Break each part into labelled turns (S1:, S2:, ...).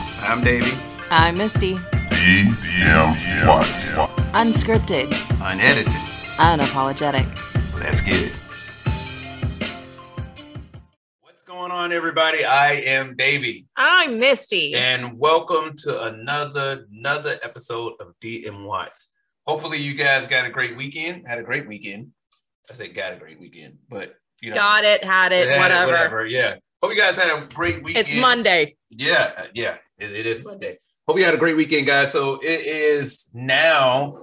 S1: I'm Davey.
S2: I'm Misty.
S3: DM Watts.
S2: Unscripted,
S1: Unedited.
S2: unapologetic.
S1: Let's get it. What's going on, everybody? I am Davey,
S4: I'm Misty.
S1: and welcome to another another episode of DM Watts. Hopefully, you guys got a great weekend. Had a great weekend. I said got a great weekend, but you know,
S4: Got it, had it,
S1: had
S4: whatever.
S1: Yeah. Hope you guys had a great weekend.
S4: It's Monday.
S1: Yeah, uh, yeah, it, it is Monday. Hope you had a great weekend, guys. So it is now,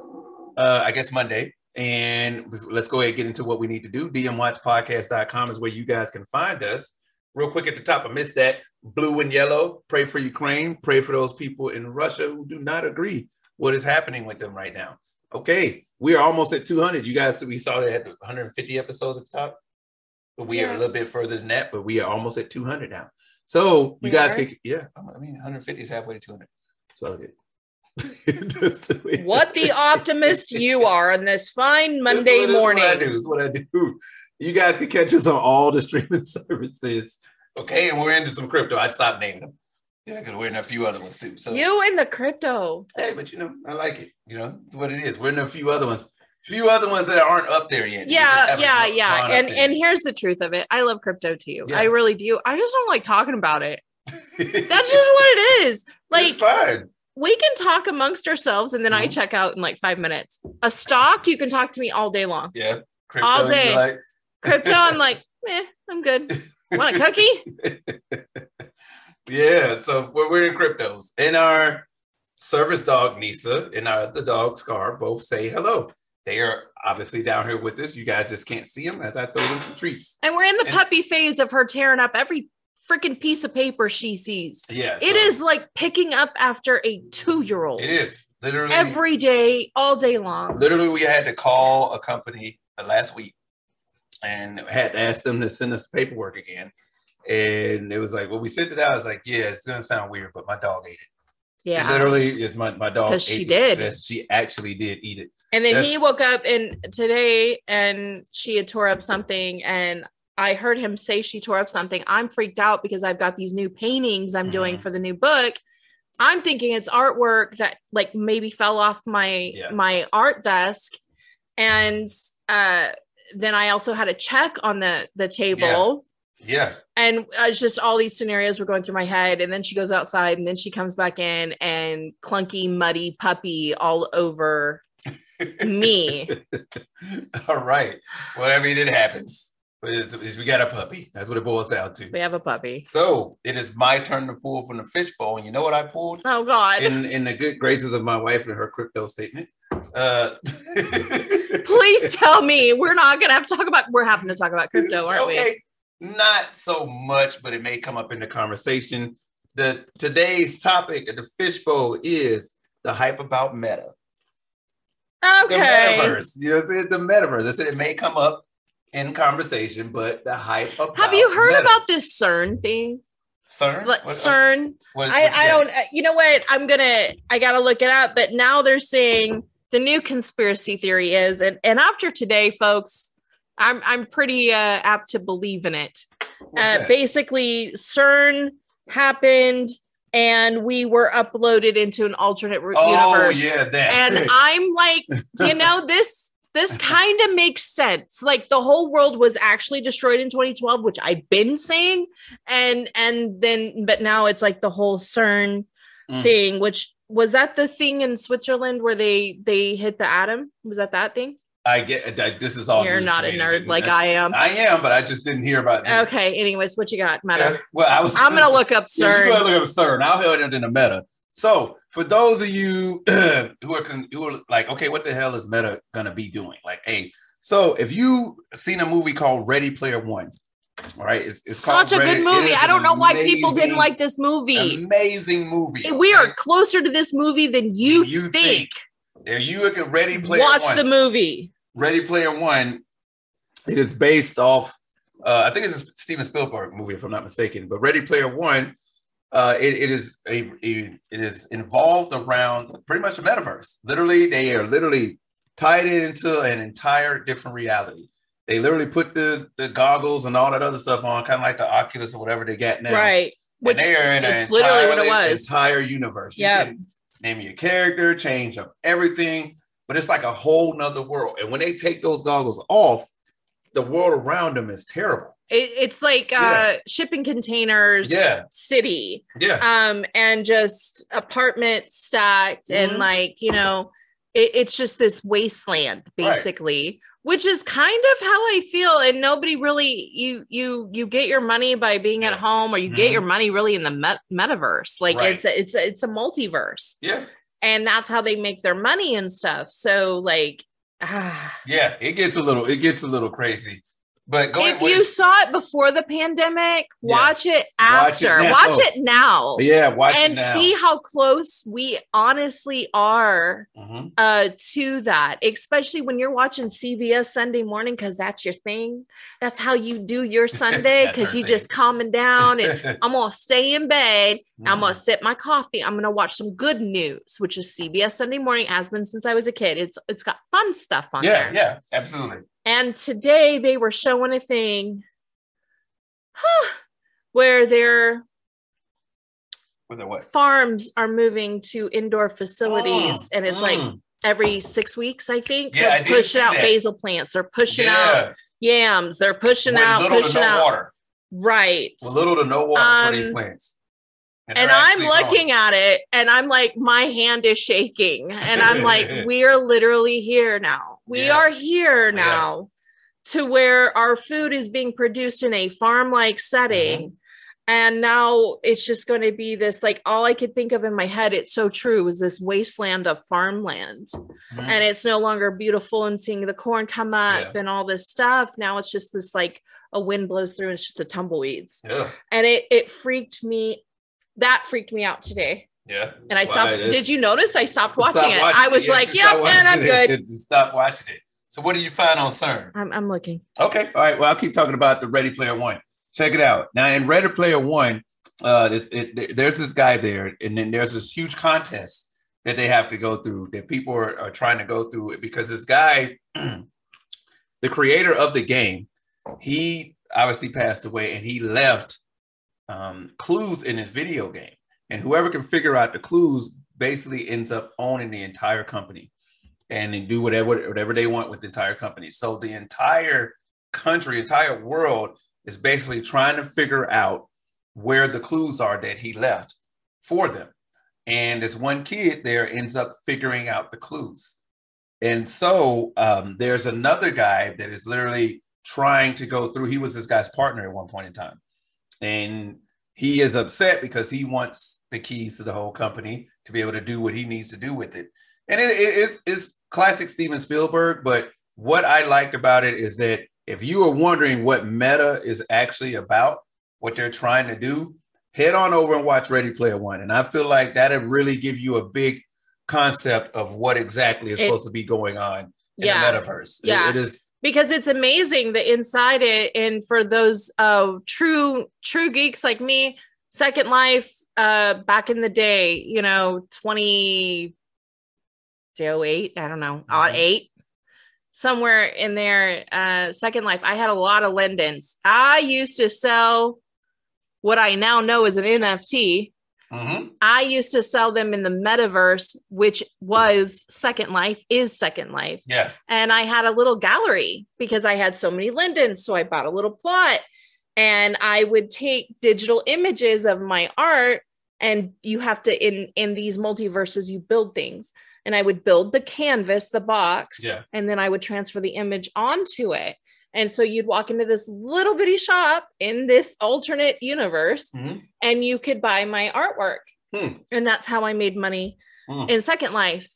S1: uh, I guess Monday, and bef- let's go ahead and get into what we need to do. DMWatchPodcast.com is where you guys can find us. Real quick at the top, I missed that. Blue and yellow, pray for Ukraine, pray for those people in Russia who do not agree what is happening with them right now. Okay, we are almost at 200. You guys, we saw that at 150 episodes at the top, but we are a
S4: Yeah.
S1: little bit further than that, but we are almost at 200 now. So you
S4: We
S1: guys
S4: are?
S1: can, yeah, I mean, 150 is halfway to 200. So it- just do it.
S4: What the optimist you are on this fine Monday
S1: That's what- that's
S4: morning.
S1: What I do is what I do. You guys can catch us on all the streaming services. Okay, and we're into some crypto. I stopped naming them. Yeah, because we're in a few other ones too. So
S4: You and the crypto.
S1: hey, but you know, I like it. You know, it's what it is. We're in a few other ones. Few other ones that aren't up there yet. We just
S4: Yeah,
S1: haven't
S4: yeah,
S1: gone-
S4: yeah.
S1: gone up
S4: And
S1: there.
S4: and here's the truth of it. I love crypto too.
S1: Yeah.
S4: I really do. I just don't like talking about it. That's just what it is. Like
S1: it's fine.
S4: we can talk amongst ourselves and then I
S1: Mhm.
S4: check out in like 5 minutes. A stock you can talk to me all day long.
S1: Yeah, crypto,
S4: all
S1: you
S4: day.
S1: like-
S4: Crypto I'm like, "Eh, I'm good. Want a cookie?"
S1: Yeah, so we're, we're in cryptos. And our service dog, Nisa, and our other dog, Scar, both say hello. They are obviously down here with us. You guys just can't see them as I throw them some treats.
S4: And we're in the
S1: And-
S4: puppy phase of her tearing up every freaking piece of paper she sees.
S1: Yeah,
S4: It
S1: so
S4: is like picking up after a two year old
S1: It is literally
S4: every day, all day long.
S1: literally we had to call a company last week and had asked them to send us paperwork again. And it was like, well, we sent it out. I was like, yeah, it's gonna sound weird, but my dog ate it. It
S4: Yeah.
S1: literally, is my my dog.
S4: 'Cause she
S1: ate it.
S4: did.
S1: Yes, she actually did eat it.
S4: And then
S1: that's-
S4: he woke up and today and she had tore up something and I heard him say she tore up something. I'm freaked out because I've got these new paintings I'm doing
S1: Mhm.
S4: for the new book. I'm thinking it's artwork that like maybe fell off my
S1: Yeah.
S4: my art desk. And uh then I also had a check on the the table.
S1: Yeah.
S4: and it's just all these scenarios were going through my head and then she goes outside and then she comes back in and clunky muddy puppy all over me
S1: All right. Well, I mean, it happens. But it's, it's- we got a puppy. That's what it boils down to.
S4: we have a puppy
S1: So it is my turn to pull from the fishbowl. And you know what I pulled?
S4: oh god
S1: In, in the good graces of my wife and her crypto statement. Uh,
S4: please tell me we're not gonna have to talk about we're having to talk about crypto aren't we
S1: okay. Not so much, but it may come up in the conversation. The today's topic of the fishbowl is the hype about meta. the
S4: okay
S1: metaverse. You know, what I'm saying? the metaverse. I said it may come up in conversation, but the hype. About
S4: have you heard
S1: meta-
S4: about this cern thing
S1: CERN?
S4: Like,
S1: What- uh,
S4: cern
S1: what- what
S4: I,
S1: you got?
S4: I don't, uh, you know what? I'm gonna, I gotta look it up. But now they're saying the new conspiracy theory is, and, and after today, folks, I'm, I'm pretty uh, apt to believe in it.
S1: What's
S4: Uh,
S1: that?
S4: basically, CERN happened and we were uploaded into an alternate ru-
S1: oh
S4: universe.
S1: yeah, that.
S4: And I'm like, you know, this. This kind of makes sense. Like the whole world was actually destroyed in 2012, which I've been saying, and and then but now it's like the whole CERN
S1: Mm.
S4: thing, which was that the thing in Switzerland where they they hit the atom? Was that that thing?
S1: I get I, this is all.
S4: You're
S1: news
S4: not
S1: to
S4: a
S1: me.
S4: nerd like I am.
S1: I am, but I just didn't hear about this.
S4: Okay. Anyways, what you got,
S1: Yeah,
S4: Meta?
S1: well, I was.
S4: I'm gonna look up
S1: Yeah, you
S4: CERN.
S1: gotta look up CERN. I'll hold it in the meta. So for those of you who are con- who are like, okay, what the hell is Meta gonna be doing? Like, hey, so if you seen a movie called Ready Player One, all right, it's, it's called
S4: Such a
S1: Ready-
S4: good
S1: it
S4: movie.
S1: is
S4: I
S1: an
S4: don't know why people
S1: amazing-
S4: didn't like this movie.
S1: Amazing movie.
S4: we
S1: okay?
S4: are closer to this movie than you,
S1: You
S4: think.
S1: If you look at Ready Player
S4: Watch
S1: One,
S4: the movie.
S1: Ready Player One, it is based off. Uh, I think it's a Steven Spielberg movie, if I'm not mistaken. But Ready Player One, uh, it, it is a, a- it is involved around pretty much the metaverse. Literally, they are literally tied it into an entire different reality. They literally put the the goggles and all that other stuff on, kind of like the Oculus or whatever they got now.
S4: Right. Which
S1: and they are in an
S4: it's literally what it
S1: entirely-
S4: was.
S1: Entire universe. You
S4: Yeah.
S1: can name your character, change up everything, but it's like a whole nother world. And when they take those goggles off, the world around them is terrible.
S4: it, it's like uh,
S1: Yeah.
S4: shipping containers,
S1: Yeah.
S4: city.
S1: Yeah.
S4: um and just apartment stacked
S1: Mhm.
S4: and like you know it, it's just this wasteland
S1: Right.
S4: basically which is kind of how i feel and nobody really you you you get your money by being
S1: Yeah.
S4: at home or you get
S1: Mhm.
S4: your money really in the met- metaverse like
S1: Right.
S4: it's a, it's a, it's a multiverse
S1: Yeah.
S4: and that's how they make their money and stuff so like ah.
S1: Yeah. It gets a little, it gets a little crazy. But go
S4: if
S1: ahead,
S4: you
S1: wait.
S4: saw it before the pandemic
S1: Yeah.
S4: watch it
S1: Watch it
S4: after
S1: now.
S4: watch it now
S1: yeah, watch
S4: and
S1: it now.
S4: see how close we honestly are
S1: Mhm.
S4: uh to that especially when you're watching cbs sunday morning because that's your thing that's how you do your sunday
S1: That's
S4: because
S1: our
S4: you
S1: thing.
S4: just calming down and i'm gonna stay in bed i'm
S1: Mm-hmm.
S4: gonna sip my coffee i'm gonna watch some good news which is cbs sunday morning has been since i was a kid it's it's got fun stuff
S1: Mm-hmm.
S4: on
S1: Yeah,
S4: there
S1: yeah, absolutely.
S4: and today they were showing a thing huh, where they're
S1: With a what?
S4: farms are moving to indoor facilities and it's like
S1: Mm.
S4: every six weeks i think
S1: Yeah, I
S4: they're
S1: did see
S4: pushing out
S1: that.
S4: basil plants they're pushing out
S1: yeah,
S4: yams they're pushing
S1: with
S4: out
S1: little to
S4: pushing
S1: no
S4: out
S1: water.
S4: right
S1: With little to no water for these
S4: Um,
S1: plants.
S4: and
S1: they're
S4: i'm
S1: actually growing.
S4: looking at it and i'm like my hand is shaking and i'm like we're literally here now we
S1: Yeah.
S4: are here
S1: Yeah.
S4: now to where our food is being produced in a farm like setting
S1: Mm-hmm.
S4: and now it's just going to be this like all i could think of in my head it's so true is this wasteland of farmland
S1: Mhm.
S4: and it's no longer beautiful and seeing the corn come up and all this stuff now it's just this like a wind blows through and it's just the tumbleweeds
S1: Yeah,
S4: and it it freaked me that freaked me out today
S1: yeah.
S4: and i
S1: Why,
S4: stopped
S1: that's-
S4: did you notice i stopped
S1: Stop
S4: watching it i was
S1: Yeah,
S4: like
S1: just
S4: yep
S1: stop
S4: and i'm
S1: watching it.
S4: good
S1: Just Stop watching it. So what do you find on CERN?
S4: I'm, I'm looking
S1: Okay. All right. Well, I'll keep talking about the Ready Player One. Check it out. Now in Ready Player One, uh, this it, th- there's this guy there, and then there's this huge contest that they have to go through that people are, are trying to go through because this guy, the creator of the game, he obviously passed away and he left um, clues in his video game, and whoever can figure out the clues basically ends up owning the entire company and they do whatever whatever they want with the entire company. So the entire country, entire world is basically trying to figure out where the clues are that he left for them. And this one kid there ends up figuring out the clues. And so um, there's another guy that is literally trying to go through. He was this guy's partner at one point in time. And he is upset because he wants the keys to the whole company to be able to do what he needs to do with it and it, it is it's classic Steven Spielberg. But what I liked about it is that if you are wondering what meta is actually about, what they're trying to do, head on over and watch Ready Player One, and I feel like that'll really give you a big concept of what exactly is
S4: It-
S1: supposed to be going on in
S4: yeah
S1: the metaverse. It-
S4: Yeah.
S1: it is.
S4: because it's amazing that inside it and for those uh true true geeks like me second life uh back in the day you know 20 08 i don't know odd
S1: Mhm.
S4: eight somewhere in there uh second life i had a lot of lindens i used to sell what i now know is an nft
S1: Mhm.
S4: I used to sell them in the metaverse, which was Second Life, is Second Life
S1: Yeah.
S4: and I had a little gallery because I had so many lindens. So I bought a little plot and I would take digital images of my art and you have to in in these multiverses you build things and I would build the canvas, the box,
S1: Yeah.
S4: and then I would transfer the image onto it. And so you'd walk into this little bitty shop in this alternate universe
S1: Mhm.
S4: and you could buy my artwork.
S1: Hmm.
S4: And that's how I made money
S1: Hmm.
S4: in Second Life.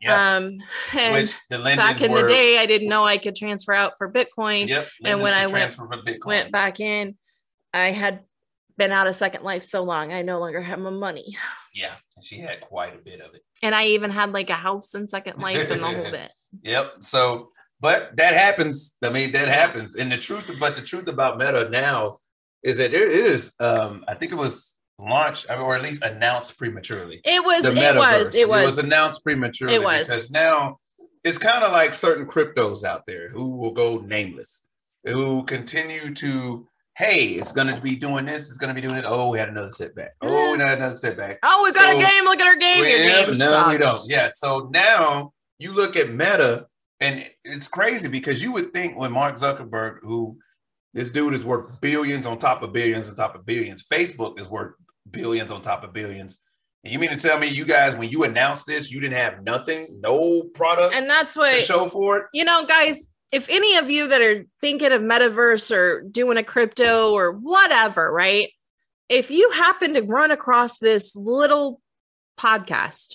S1: Yeah.
S4: Um and
S1: Which the lendings
S4: back in
S1: were,
S4: the day i didn't know i could transfer out for bitcoin
S1: Yep.
S4: and when I went-
S1: went,
S4: went back in i had been out of second life so long i no longer had my money
S1: Yeah. She had quite a bit of it.
S4: and i even had like a house in second life and the whole bit
S1: Yep. So, but that happens. I mean, that happens. And the truth, but the truth about Meta now is that it is. Um, I think it was launched or at least announced prematurely.
S4: it was
S1: The
S4: it
S1: metaverse.
S4: was it was
S1: announced prematurely.
S4: It was.
S1: because now it's kind of like certain cryptos out there who will go nameless, who continue to hey, it's going to be doing this, it's going to be doing it. Oh, we had another setback. Oh, we had another setback.
S4: Oh, we got
S1: So-
S4: a game. Look at our game. Your
S1: Yeah,
S4: game
S1: no,
S4: sucks.
S1: we don't. Yeah. So now you look at Meta, and it's crazy because you would think when Mark Zuckerberg, who this dude is worth billions on top of billions on top of billions, Facebook is worth billions on top of billions. And you mean to tell me you guys, when you announced this, you didn't have nothing, no product
S4: And that's
S1: to
S4: what
S1: show for it?
S4: you know, guys, if any of you that are thinking of metaverse or doing a crypto or whatever, right? If you happen to run across this little podcast,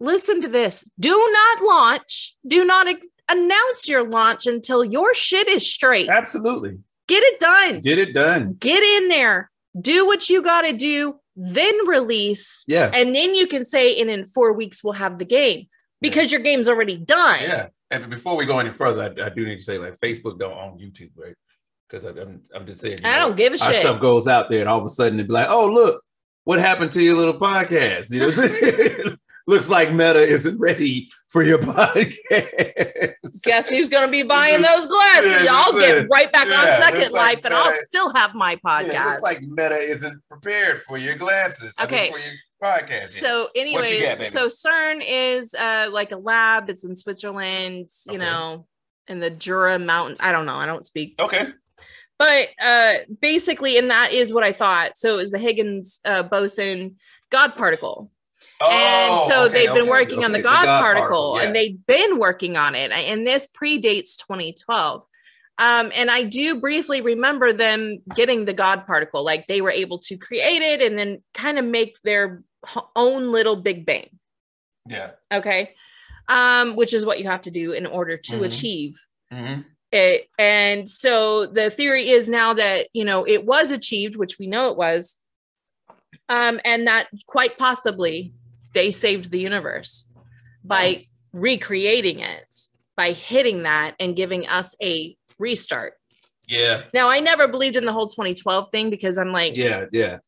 S4: listen to this. Do not launch, do not ex- announce your launch until your shit is straight.
S1: Absolutely.
S4: Get it done.
S1: Get it done.
S4: Get in there. Do what you got to do, then release.
S1: Yeah.
S4: And then you can say, and in four weeks, we'll have the game because your game's already done.
S1: Yeah. And before we go any further, I, I do need to say like Facebook don't own YouTube, right? Because I'm, I'm just saying. you
S4: I
S1: know,
S4: don't give a
S1: our
S4: shit.
S1: stuff goes out there, and all of a sudden it'd be like, oh, look, what happened to your little podcast? You know, what I'm saying? looks like Meta isn't ready for your podcast.
S4: Guess who's going to be buying those glasses?
S1: Yeah,
S4: I'll
S1: that's
S4: get
S1: it.
S4: right back
S1: Yeah,
S4: on Second
S1: that's like
S4: Life and I'll
S1: that.
S4: still have my podcast.
S1: Yeah, it looks like Meta isn't prepared for your glasses. I mean,
S4: Okay.
S1: for your podcast.
S4: so
S1: you
S4: anyway,
S1: got, baby?
S4: so CERN is uh, like a lab. It's in Switzerland, you
S1: Okay.
S4: know, in the Jura Mountain. I don't know. I don't speak.
S1: okay,
S4: But uh, basically, and that is what I thought. So it was the Higgins uh, boson God particle. and so
S1: Oh, okay,
S4: they've been
S1: okay,
S4: working on
S1: okay,
S4: the God, particle,
S1: yeah.
S4: and they've been working on it. And this predates 2012. Um, and I do briefly remember them getting the God particle, like they were able to create it and then kind of make their h- own little Big Bang.
S1: yeah.
S4: Okay. Um, which is what you have to do in order to
S1: Mhm.
S4: achieve
S1: Mhm.
S4: it and so the theory is now that you know it was achieved which we know it was um and that quite possibly they saved the universe by recreating it by hitting that and giving us a restart
S1: yeah,
S4: now i never believed in the whole 2012 thing because i'm like
S1: yeah, yeah,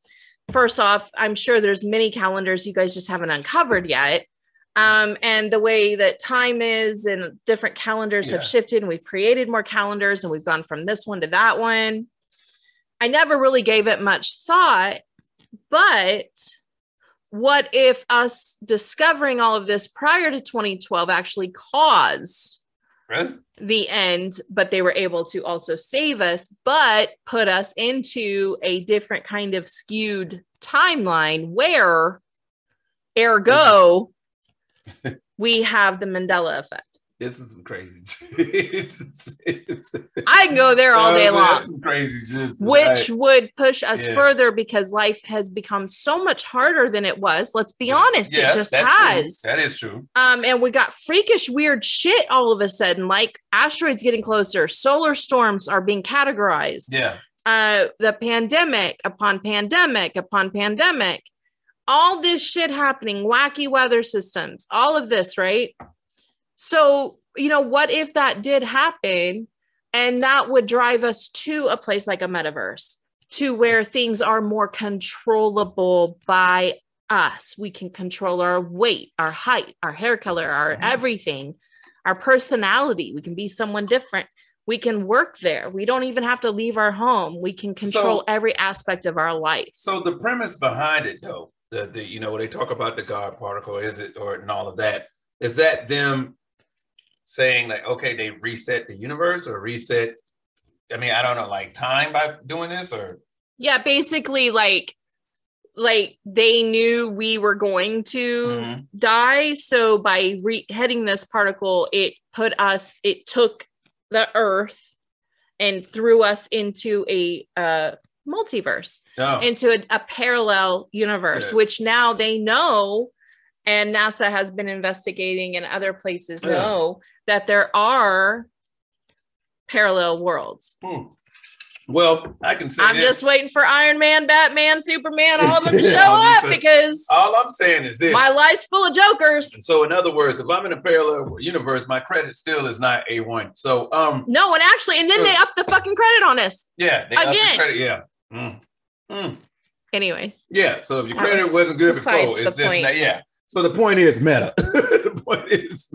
S4: first off i'm sure there's many calendars you guys just haven't uncovered yet um, and the way that time is and different calendars
S1: Yeah.
S4: have shifted and we've created more calendars and we've gone from this one to that one i never really gave it much thought but what if us discovering all of this prior to 2012 actually caused
S1: Really?
S4: the end, but they were able to also save us, but put us into a different kind of skewed timeline where, ergo, we have the Mandela effect.
S1: This is some crazy. They're
S4: I can go there all day long,
S1: Oh, Some crazy shit.
S4: which would push us
S1: Yeah.
S4: further because life has become so much harder than it was. Let's be
S1: Yeah.
S4: honest,
S1: Yeah,
S4: it just
S1: that's true.
S4: has.
S1: That is true.
S4: Um, and we got freakish, weird shit all of a sudden, like asteroids getting closer, solar storms are being categorized.
S1: Yeah.
S4: uh, the pandemic upon pandemic upon pandemic, all this shit happening, wacky weather systems, all of this, right? So, you know, what if that did happen and that would drive us to a place like a metaverse, to where things are more controllable by us? We can control our weight, our height, our hair color, our
S1: Mhm.
S4: everything, our personality. We can be someone different we can work there we don't even have to leave our home we can control
S1: So-
S4: every aspect of our life
S1: So the premise behind it, though, the, the you know, when they talk about the God particle, is it or and all of that, is that them saying like, okay, they reset the universe or reset? I mean, I don't know, like time by doing this or
S4: yeah basically like like they knew we were going to
S1: Mhm.
S4: die so by re- heading this particle it put us it took the earth and threw us into a uh multiverse
S1: no.
S4: into a, a parallel universe,
S1: Yeah.
S4: which now they know, and NASA has been investigating, and other places
S1: Yeah.
S4: know that there are parallel worlds.
S1: Hmm. Well, I can say
S4: I'm
S1: this.
S4: just waiting for Iron Man, Batman, Superman, all of them to show
S1: All these
S4: up
S1: are-
S4: because
S1: all I'm saying is this.
S4: my life's full of jokers.
S1: so in other words, if I'm in a parallel universe, my credit still is not A1. So um
S4: No, and actually, and then they up the fucking credit on us.
S1: yeah, they upped the
S4: Again.
S1: credit, yeah. Mm. Mm.
S4: Anyways,
S1: Yeah. So if your
S4: That
S1: credit
S4: was
S1: wasn't good before,
S4: besides
S1: it's
S4: the
S1: just
S4: point.
S1: not- yeah. So the point is meta. the point is,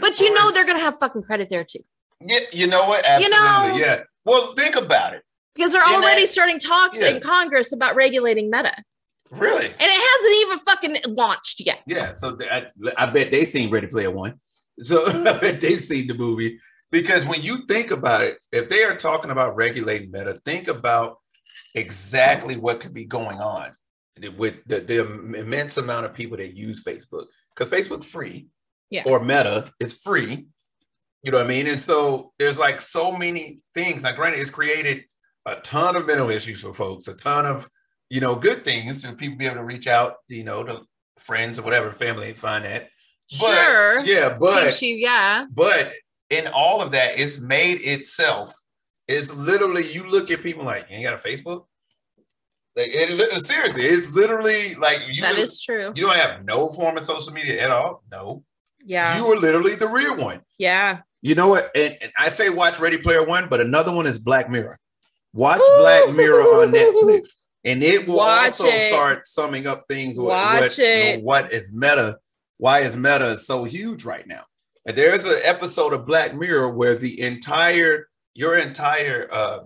S4: but you know
S1: Alright.
S4: they're gonna have fucking credit there too.
S1: yeah, you know what?
S4: You
S1: Absolutely,
S4: know-
S1: yeah. Well, think about it.
S4: because they're
S1: And
S4: already
S1: that-
S4: starting talks
S1: yeah.
S4: in Congress about regulating Meta, and
S1: Really?
S4: it hasn't even fucking launched yet.
S1: Yeah. So th- I, I bet they seen Ready Player One. So I bet they seen the movie because when you think about it, if they are talking about regulating meta, think about exactly what could be going on with the, the immense amount of people that use Facebook because Facebook free
S4: Yeah.
S1: or Meta is free. You know what I mean? And so there's like so many things. Now, granted, it's created a ton of mental issues for folks, a ton of you know good things for people to be able to reach out, you know, to friends or whatever family and find that. But-
S4: sure,
S1: Yeah, but
S4: Gives you- yeah,
S1: but in all of that, it's made itself. It's literally you look at people like you ain't got a Facebook. Like it, li- seriously, it's literally like you.
S4: that is true.
S1: you don't have no form of social media at all. No,
S4: Yeah,
S1: you are literally the real one.
S4: yeah.
S1: You know what? And, and I say watch Ready Player One, but another one is Black Mirror. Watch
S4: Ooh.
S1: Black Mirror on Netflix, and it will
S4: Watch
S1: also
S4: it.
S1: start summing up things. What,
S4: Watch
S1: what, you know,
S4: it.
S1: what is meta? Why is meta so huge right now? And there's an episode of Black Mirror where the entire your entire uh,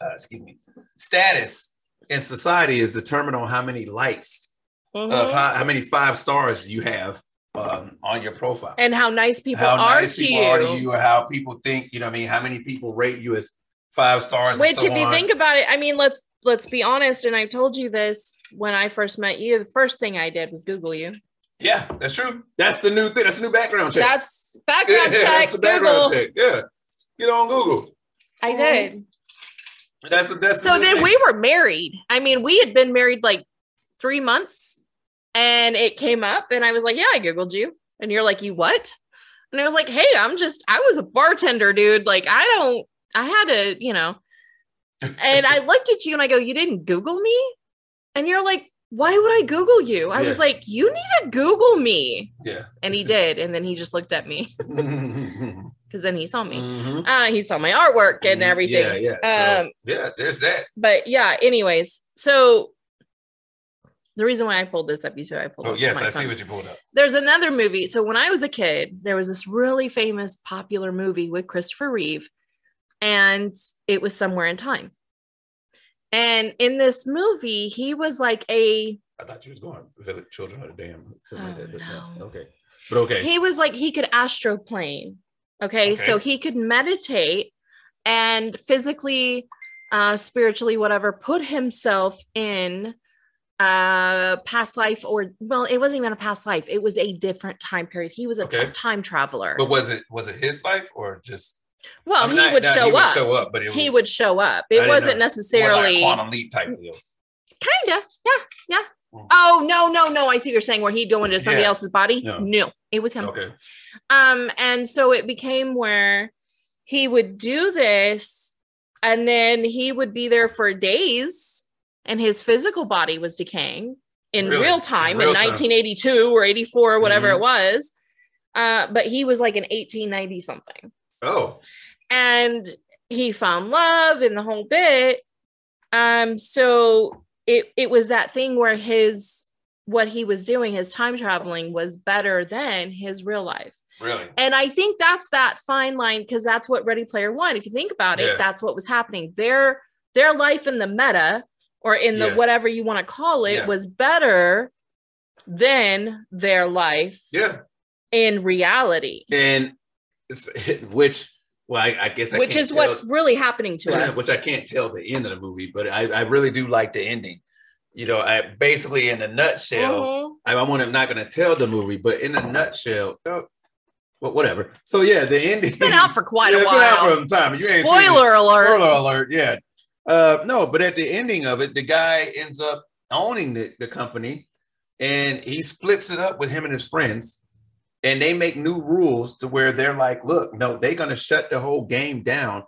S1: uh, excuse me status in society is determined on how many likes of
S4: Mhm.
S1: how, how many five stars you have um, on your profile
S4: and how nice people
S1: how
S4: are
S1: nice
S4: to
S1: people
S4: you.
S1: are to you, or how people think, you know what I mean? How many people rate you as five stars?
S4: Which,
S1: and so
S4: if you
S1: on.
S4: think about it, I mean, let's let's be honest. And I told you this when I first met you. The first thing I did was Google you.
S1: yeah, that's true. That's the new thing. That's the new background check.
S4: That's background
S1: Yeah,
S4: check.
S1: that's the background
S4: Google.
S1: check. Yeah. Get on Google.
S4: I did.
S1: That's the that's the
S4: So
S1: new
S4: then
S1: thing.
S4: we were married. I mean, we had been married like three months, and it came up, and I was like, "Yeah, I googled you," and you're like, "You what?" And I was like, "Hey, I'm just I was a bartender, dude. Like, I don't. I had to, you know." And I looked at you and I go, "You didn't Google me?" And you're like, "Why would I Google you?" I was
S1: Yeah.
S4: like, "You need to Google me,"
S1: Yeah.
S4: and he did, and then he just looked at me
S1: Mhm.
S4: because then he saw me.
S1: Mhm.
S4: Uh, he saw my artwork and everything.
S1: Mm, Yeah, yeah. So,
S4: Um,
S1: yeah, there's that.
S4: but yeah, anyways, so the reason why I pulled this up, you two, I pulled.
S1: Oh,
S4: up
S1: yes,
S4: my
S1: I see
S4: phone.
S1: what you pulled up.
S4: There's another movie. So when I was a kid, there was this really famous, popular movie with Christopher Reeve, and it was Somewhere in Time. And in this movie, he was like a
S1: I thought you was going village children of the damn. something like
S4: Oh,
S1: that, but
S4: no.
S1: Okay. But okay.
S4: he was like he could astroplane. Okay, so he could meditate and physically, uh, spiritually, whatever, put himself in uh past life or well, it wasn't even a past life. It was a different time period. He was a
S1: Okay.
S4: time traveler.
S1: but was it was it his life or just
S4: well,
S1: I mean,
S4: Um, he
S1: not-
S4: would
S1: not
S4: show
S1: he
S4: up.
S1: show up, but it
S4: he
S1: was
S4: would show up.
S1: I
S4: It
S1: didn't know.
S4: wasn't
S1: more like
S4: necessarily
S1: a quantum leap type deal.
S4: kind of yeah yeah.
S1: Mm.
S4: Oh no no no! I see what you're saying where he'd go into somebody
S1: Yeah.
S4: else's body.
S1: No.
S4: No, it was him.
S1: Okay.
S4: um and so it became where he would do this and then he would be there for days and his physical body was decaying in
S1: Really?
S4: real time
S1: In real
S4: in,
S1: time.
S4: 1982 or 84 or whatever
S1: Mhm.
S4: it was uh but he was like an 1890 something
S1: Oh,
S4: and he found love and the whole bit um so it it was that thing where his what he was doing his time traveling was better than his real life
S1: really?
S4: and I think that's that fine line because that's what Ready Player One, if you think about
S1: Yeah.
S4: it, that's what was happening. Their their life in the meta or in the
S1: Yeah.
S4: whatever you want to call it
S1: Yeah.
S4: was better than their life
S1: Yeah.
S4: in reality,
S1: And it's, which, well, I, I guess I
S4: which
S1: can't
S4: is
S1: tell-
S4: what's really happening to us.
S1: which I can't tell the end of the movie, but I, I really do like the ending. You know, I basically in a nutshell,
S4: Mhm.
S1: I, I want I'm not going to tell the movie, but in a nutshell, oh, well, whatever. So yeah, the ending.
S4: It's been out for quite
S1: Yeah,
S4: a
S1: it's been out
S4: while.
S1: for some time. You ain't seen it.
S4: Spoiler alert.
S1: Spoiler alert, yeah. Uh, no, but at the ending of it, the guy ends up owning the, the company and he splits it up with him and his friends. And they make new rules to where they're like, look, no, they're going to shut the whole game down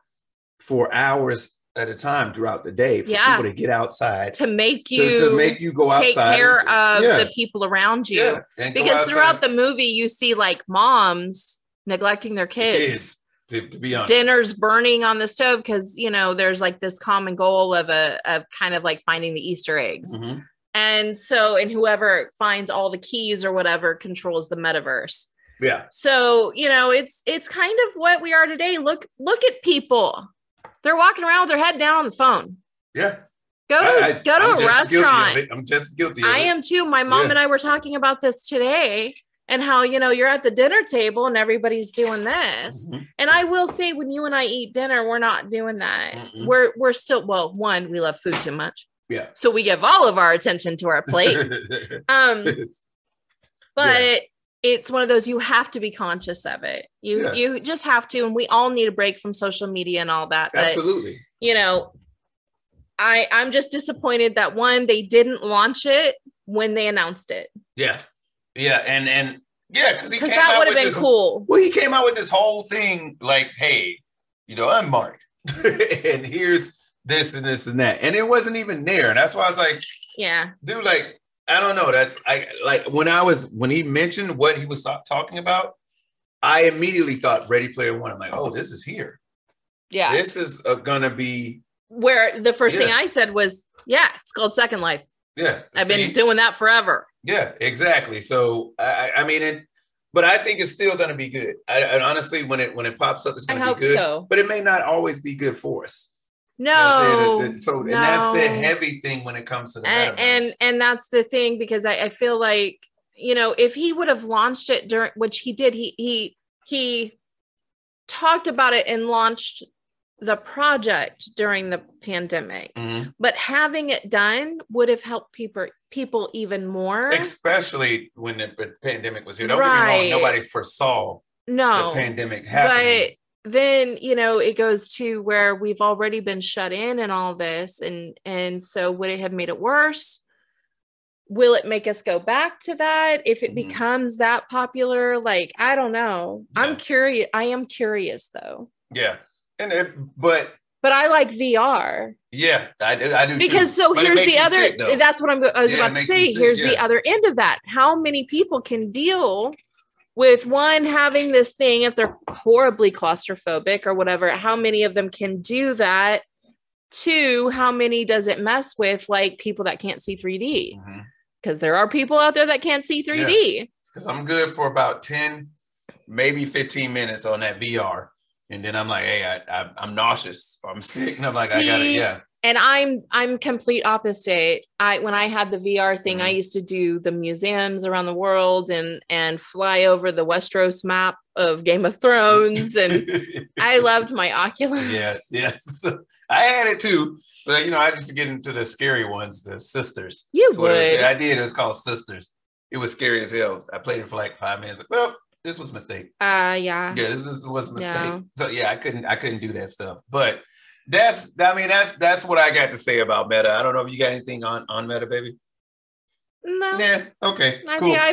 S1: for hours at a time throughout the day for
S4: Yeah.
S1: people to get outside,
S4: To make you,
S1: to, to make you go
S4: take
S1: outside.
S4: care of
S1: Yeah,
S4: the people around you.
S1: yeah, and go
S4: Because throughout
S1: outside.
S4: the movie, you see like moms neglecting their kids.
S1: to, to be honest.
S4: dinner's burning on the stove because you know there's like this common goal of a of kind of like finding the easter eggs
S1: Mhm.
S4: and so and whoever finds all the keys or whatever controls the metaverse
S1: Yeah.
S4: so you know it's it's kind of what we are today look look at people They're walking around with their head down on the phone.
S1: Yeah.
S4: Go to
S1: I- I-
S4: go to
S1: I'm just
S4: a
S1: guilty of
S4: restaurant.
S1: it. I'm just guilty. Of
S4: I
S1: it.
S4: am too. My mom
S1: Yeah.
S4: and I were talking about this today and how, you know, you're at the dinner table and everybody's doing this.
S1: Mhm.
S4: And I will say when you and I eat dinner, we're not doing that.
S1: Mm-mm.
S4: We're we're still well, one, we love food too much.
S1: Yeah.
S4: So we give all of our attention to our plate. um, but
S1: Yeah.
S4: it's one of those you have to be conscious of it. You
S1: Yeah.
S4: you just have to and we all need a break from social media and all that. But
S1: Absolutely.
S4: you know i i'm just disappointed that one they didn't launch it when they announced it
S1: Yeah. Yeah. And and yeah, because he
S4: because
S1: came
S4: that
S1: out
S4: would
S1: with
S4: have been
S1: this,
S4: cool
S1: Well, he came out with this whole thing like, hey, you know, I'm Mark. and here's this and this and that. And it wasn't even there. And that's why I was like,
S4: yeah
S1: dude, like, I don't know. That's I like when I was when he mentioned what he was ta- talking about, I immediately thought Ready Player One. I'm like, oh, this is here.
S4: yeah
S1: This is uh, gonna be
S4: where the first thing
S1: Yeah.
S4: i said was yeah it's called second life
S1: yeah.
S4: i've
S1: see?
S4: been doing that forever
S1: Yeah, exactly. So I, I I mean, it, but I think it's still going to be good. I, and honestly, when it when it pops up, it's
S4: i
S1: going to
S4: hope
S1: be good.
S4: so
S1: But it may not always be good for us. You know what I'm
S4: no
S1: saying? It- it- so and
S4: no.
S1: that's the heavy thing when it comes to the
S4: and,
S1: metaverse.
S4: and and that's the thing because I, I feel like you know if he would have launched it during which he did he he he talked about it and launched the project during the pandemic
S1: Mhm.
S4: but having it done would have helped people people even more
S1: especially when the p- pandemic was here. Don't get
S4: Right.
S1: me wrong; nobody foresaw
S4: no
S1: the pandemic
S4: but
S1: happening.
S4: then you know it goes to where we've already been shut in and all this and and so would it have made it worse will it make us go back to that if it
S1: Mhm.
S4: becomes that popular like i don't know i'm
S1: Yeah.
S4: curious i am curious though
S1: yeah, and it, but
S4: but i like vr
S1: yeah, I, do- I do too.
S4: because so
S1: But it
S4: here's
S1: makes
S4: the
S1: me
S4: other
S1: sick, though.
S4: that's what i'm go- i was
S1: Yeah, it
S4: about to
S1: makes
S4: say
S1: me sick,
S4: here's the
S1: yeah.
S4: other end of that how many people can deal with one having this thing if they're horribly claustrophobic or whatever how many of them can do that two how many does it mess with like people that can't see 3d
S1: Mhm.
S4: because there are people out there that can't see 3d
S1: because I'm good for about 10, maybe 15 minutes on that VR. And then I'm like, hey, I, I, I'm nauseous. I'm sick. And I'm like, I got it.
S4: See?
S1: Yeah.
S4: and i'm i'm complete opposite i when i had the vr thing i
S1: Mhm.
S4: used to do the museums around the world and and fly over the westeros map of game of thrones and i loved my oculus
S1: yeah. Yes. I had it too. But, you know, I used to get into the scary ones, the sisters.
S4: you
S1: That's what it was.
S4: would
S1: I did. It was called Sisters. It was scary as hell. I played it for like five minutes. Like, well, this was a mistake.
S4: uh yeah
S1: Yeah, this is, was a mistake.
S4: No.
S1: So yeah, I couldn't I couldn't do that stuff. But that's I mean that's that's what I got to say about Meta. I don't know if you got anything on on Meta, baby.
S4: no
S1: Yeah. Okay.
S4: i
S1: cool.
S4: think i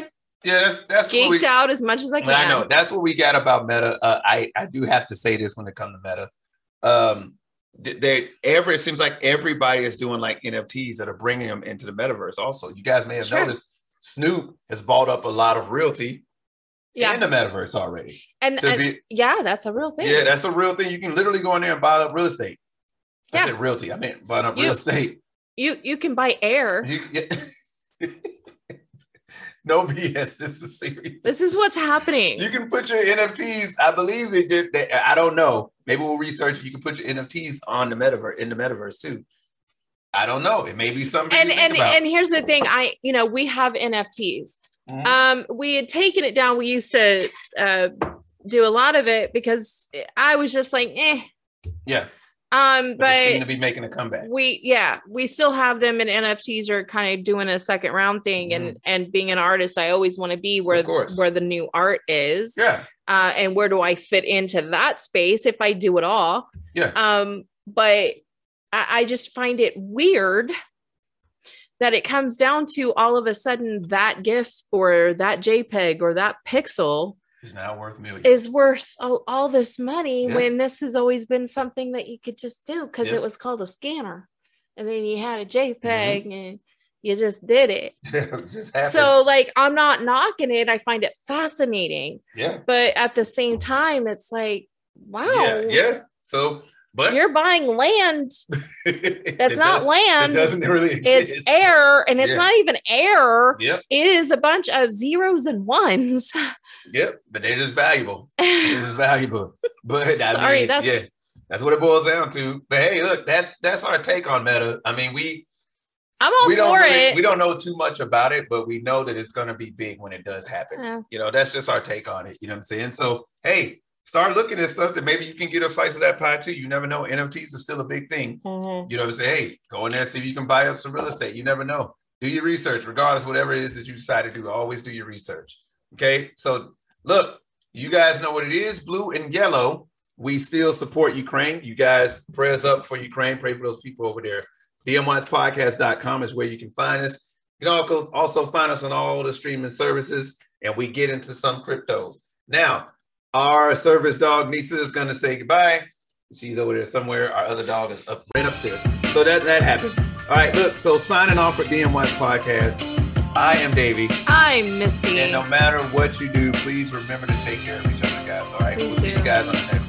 S1: yeah. That's that's what
S4: geeked
S1: we.
S4: out as much as i can
S1: I know that's what we got about Meta. Uh, I I do have to say this when it comes to Meta. Um, th- they ever it seems like everybody is doing like NFTs that are bringing them into the metaverse. Also, you guys may have
S4: Sure.
S1: noticed Snoop has bought up a lot of realty in
S4: yeah
S1: the metaverse already.
S4: and,
S1: To
S4: and-
S1: uh, be,
S4: yeah that's a real thing
S1: yeah, that's a real thing. You can literally go in there and buy up real estate. I
S4: Yeah.
S1: said realty. I meant buying up
S4: You-
S1: real estate.
S4: you you can buy air
S1: You- yeah. no BS. This is serious.
S4: this is what's happening
S1: You can put your NFTs. I believe they did. They, I don't know. Maybe we'll research. it. You can put your NFTs on the metaverse in the metaverse too. I don't know. It may be something.
S4: and
S1: to think
S4: and
S1: about.
S4: and here's the thing i you know we have nfts
S1: Mhm.
S4: um we had taken it down we used to uh do a lot of it because i was just like eh
S1: yeah,
S4: um
S1: but, they seem to
S4: but
S1: be making a comeback.
S4: we yeah we still have them and nfts are kind of doing a second round thing and and being an artist i always want to be where
S1: Mm-hmm. Of course.
S4: where the new art is
S1: Yeah,
S4: uh, and where do I fit into that space if I do it all?
S1: Yeah.
S4: Um, but I, I just find it weird that it comes down to all of a sudden that GIF or that JPEG or that pixel
S1: it's now worth millions.
S4: is worth all, all this money
S1: Yeah.
S4: when this has always been something that you could just do because
S1: Yeah. Mm-hmm.
S4: it was called a scanner, and then you had a JPEG and you just did it.
S1: It just happened.
S4: So like I'm not knocking it. I find it fascinating
S1: yeah,
S4: but at the same time it's like wow
S1: yeah, yeah. So, but
S4: oh. you're buying land that's
S1: it does-
S4: not
S1: It
S4: land
S1: doesn't really.
S4: it's
S1: exist.
S4: air and it's
S1: Yeah.
S4: not even air
S1: Yep,
S4: it is a bunch of zeros and ones
S1: yep. But they're just valuable. It
S4: sorry
S1: is valuable. But I mean,
S4: that's
S1: yeah, That's what it boils down to. But hey, look, that's that's our take on meta. I mean, we
S4: I'm all
S1: we don't
S4: for
S1: really-
S4: it.
S1: we don't know too much about it, but we know that it's going to be big when it does happen.
S4: Yeah.
S1: You know, that's just our take on it. You know what I'm saying? So hey, start looking at stuff that maybe you can get a slice of that pie too. You never know. NFTs are still a big thing.
S4: Mhm.
S1: You know what I'm saying? Hey, go in there and see if you can buy up some real estate. You never know. Do your research, regardless whatever it is that you decide to do. Always do your research. Okay. So look, you guys know what it is. Blue and yellow. We still support Ukraine. You guys, prayers up for Ukraine. Pray for those people over there. DMWisePodcast.com is where you can find us. You can also- also find us on all the streaming services, and we get into some cryptos. Now, our service dog Nisa is going to say goodbye. She's over there somewhere. Our other dog is up right upstairs. So that that happens. All right, look. So signing off for DMY's podcast. I am Davey,
S2: I'm Misty.
S1: and no matter what you do, please remember to take care of each other, guys. All right,
S4: Please
S1: we'll see
S4: do.
S1: you guys on the next.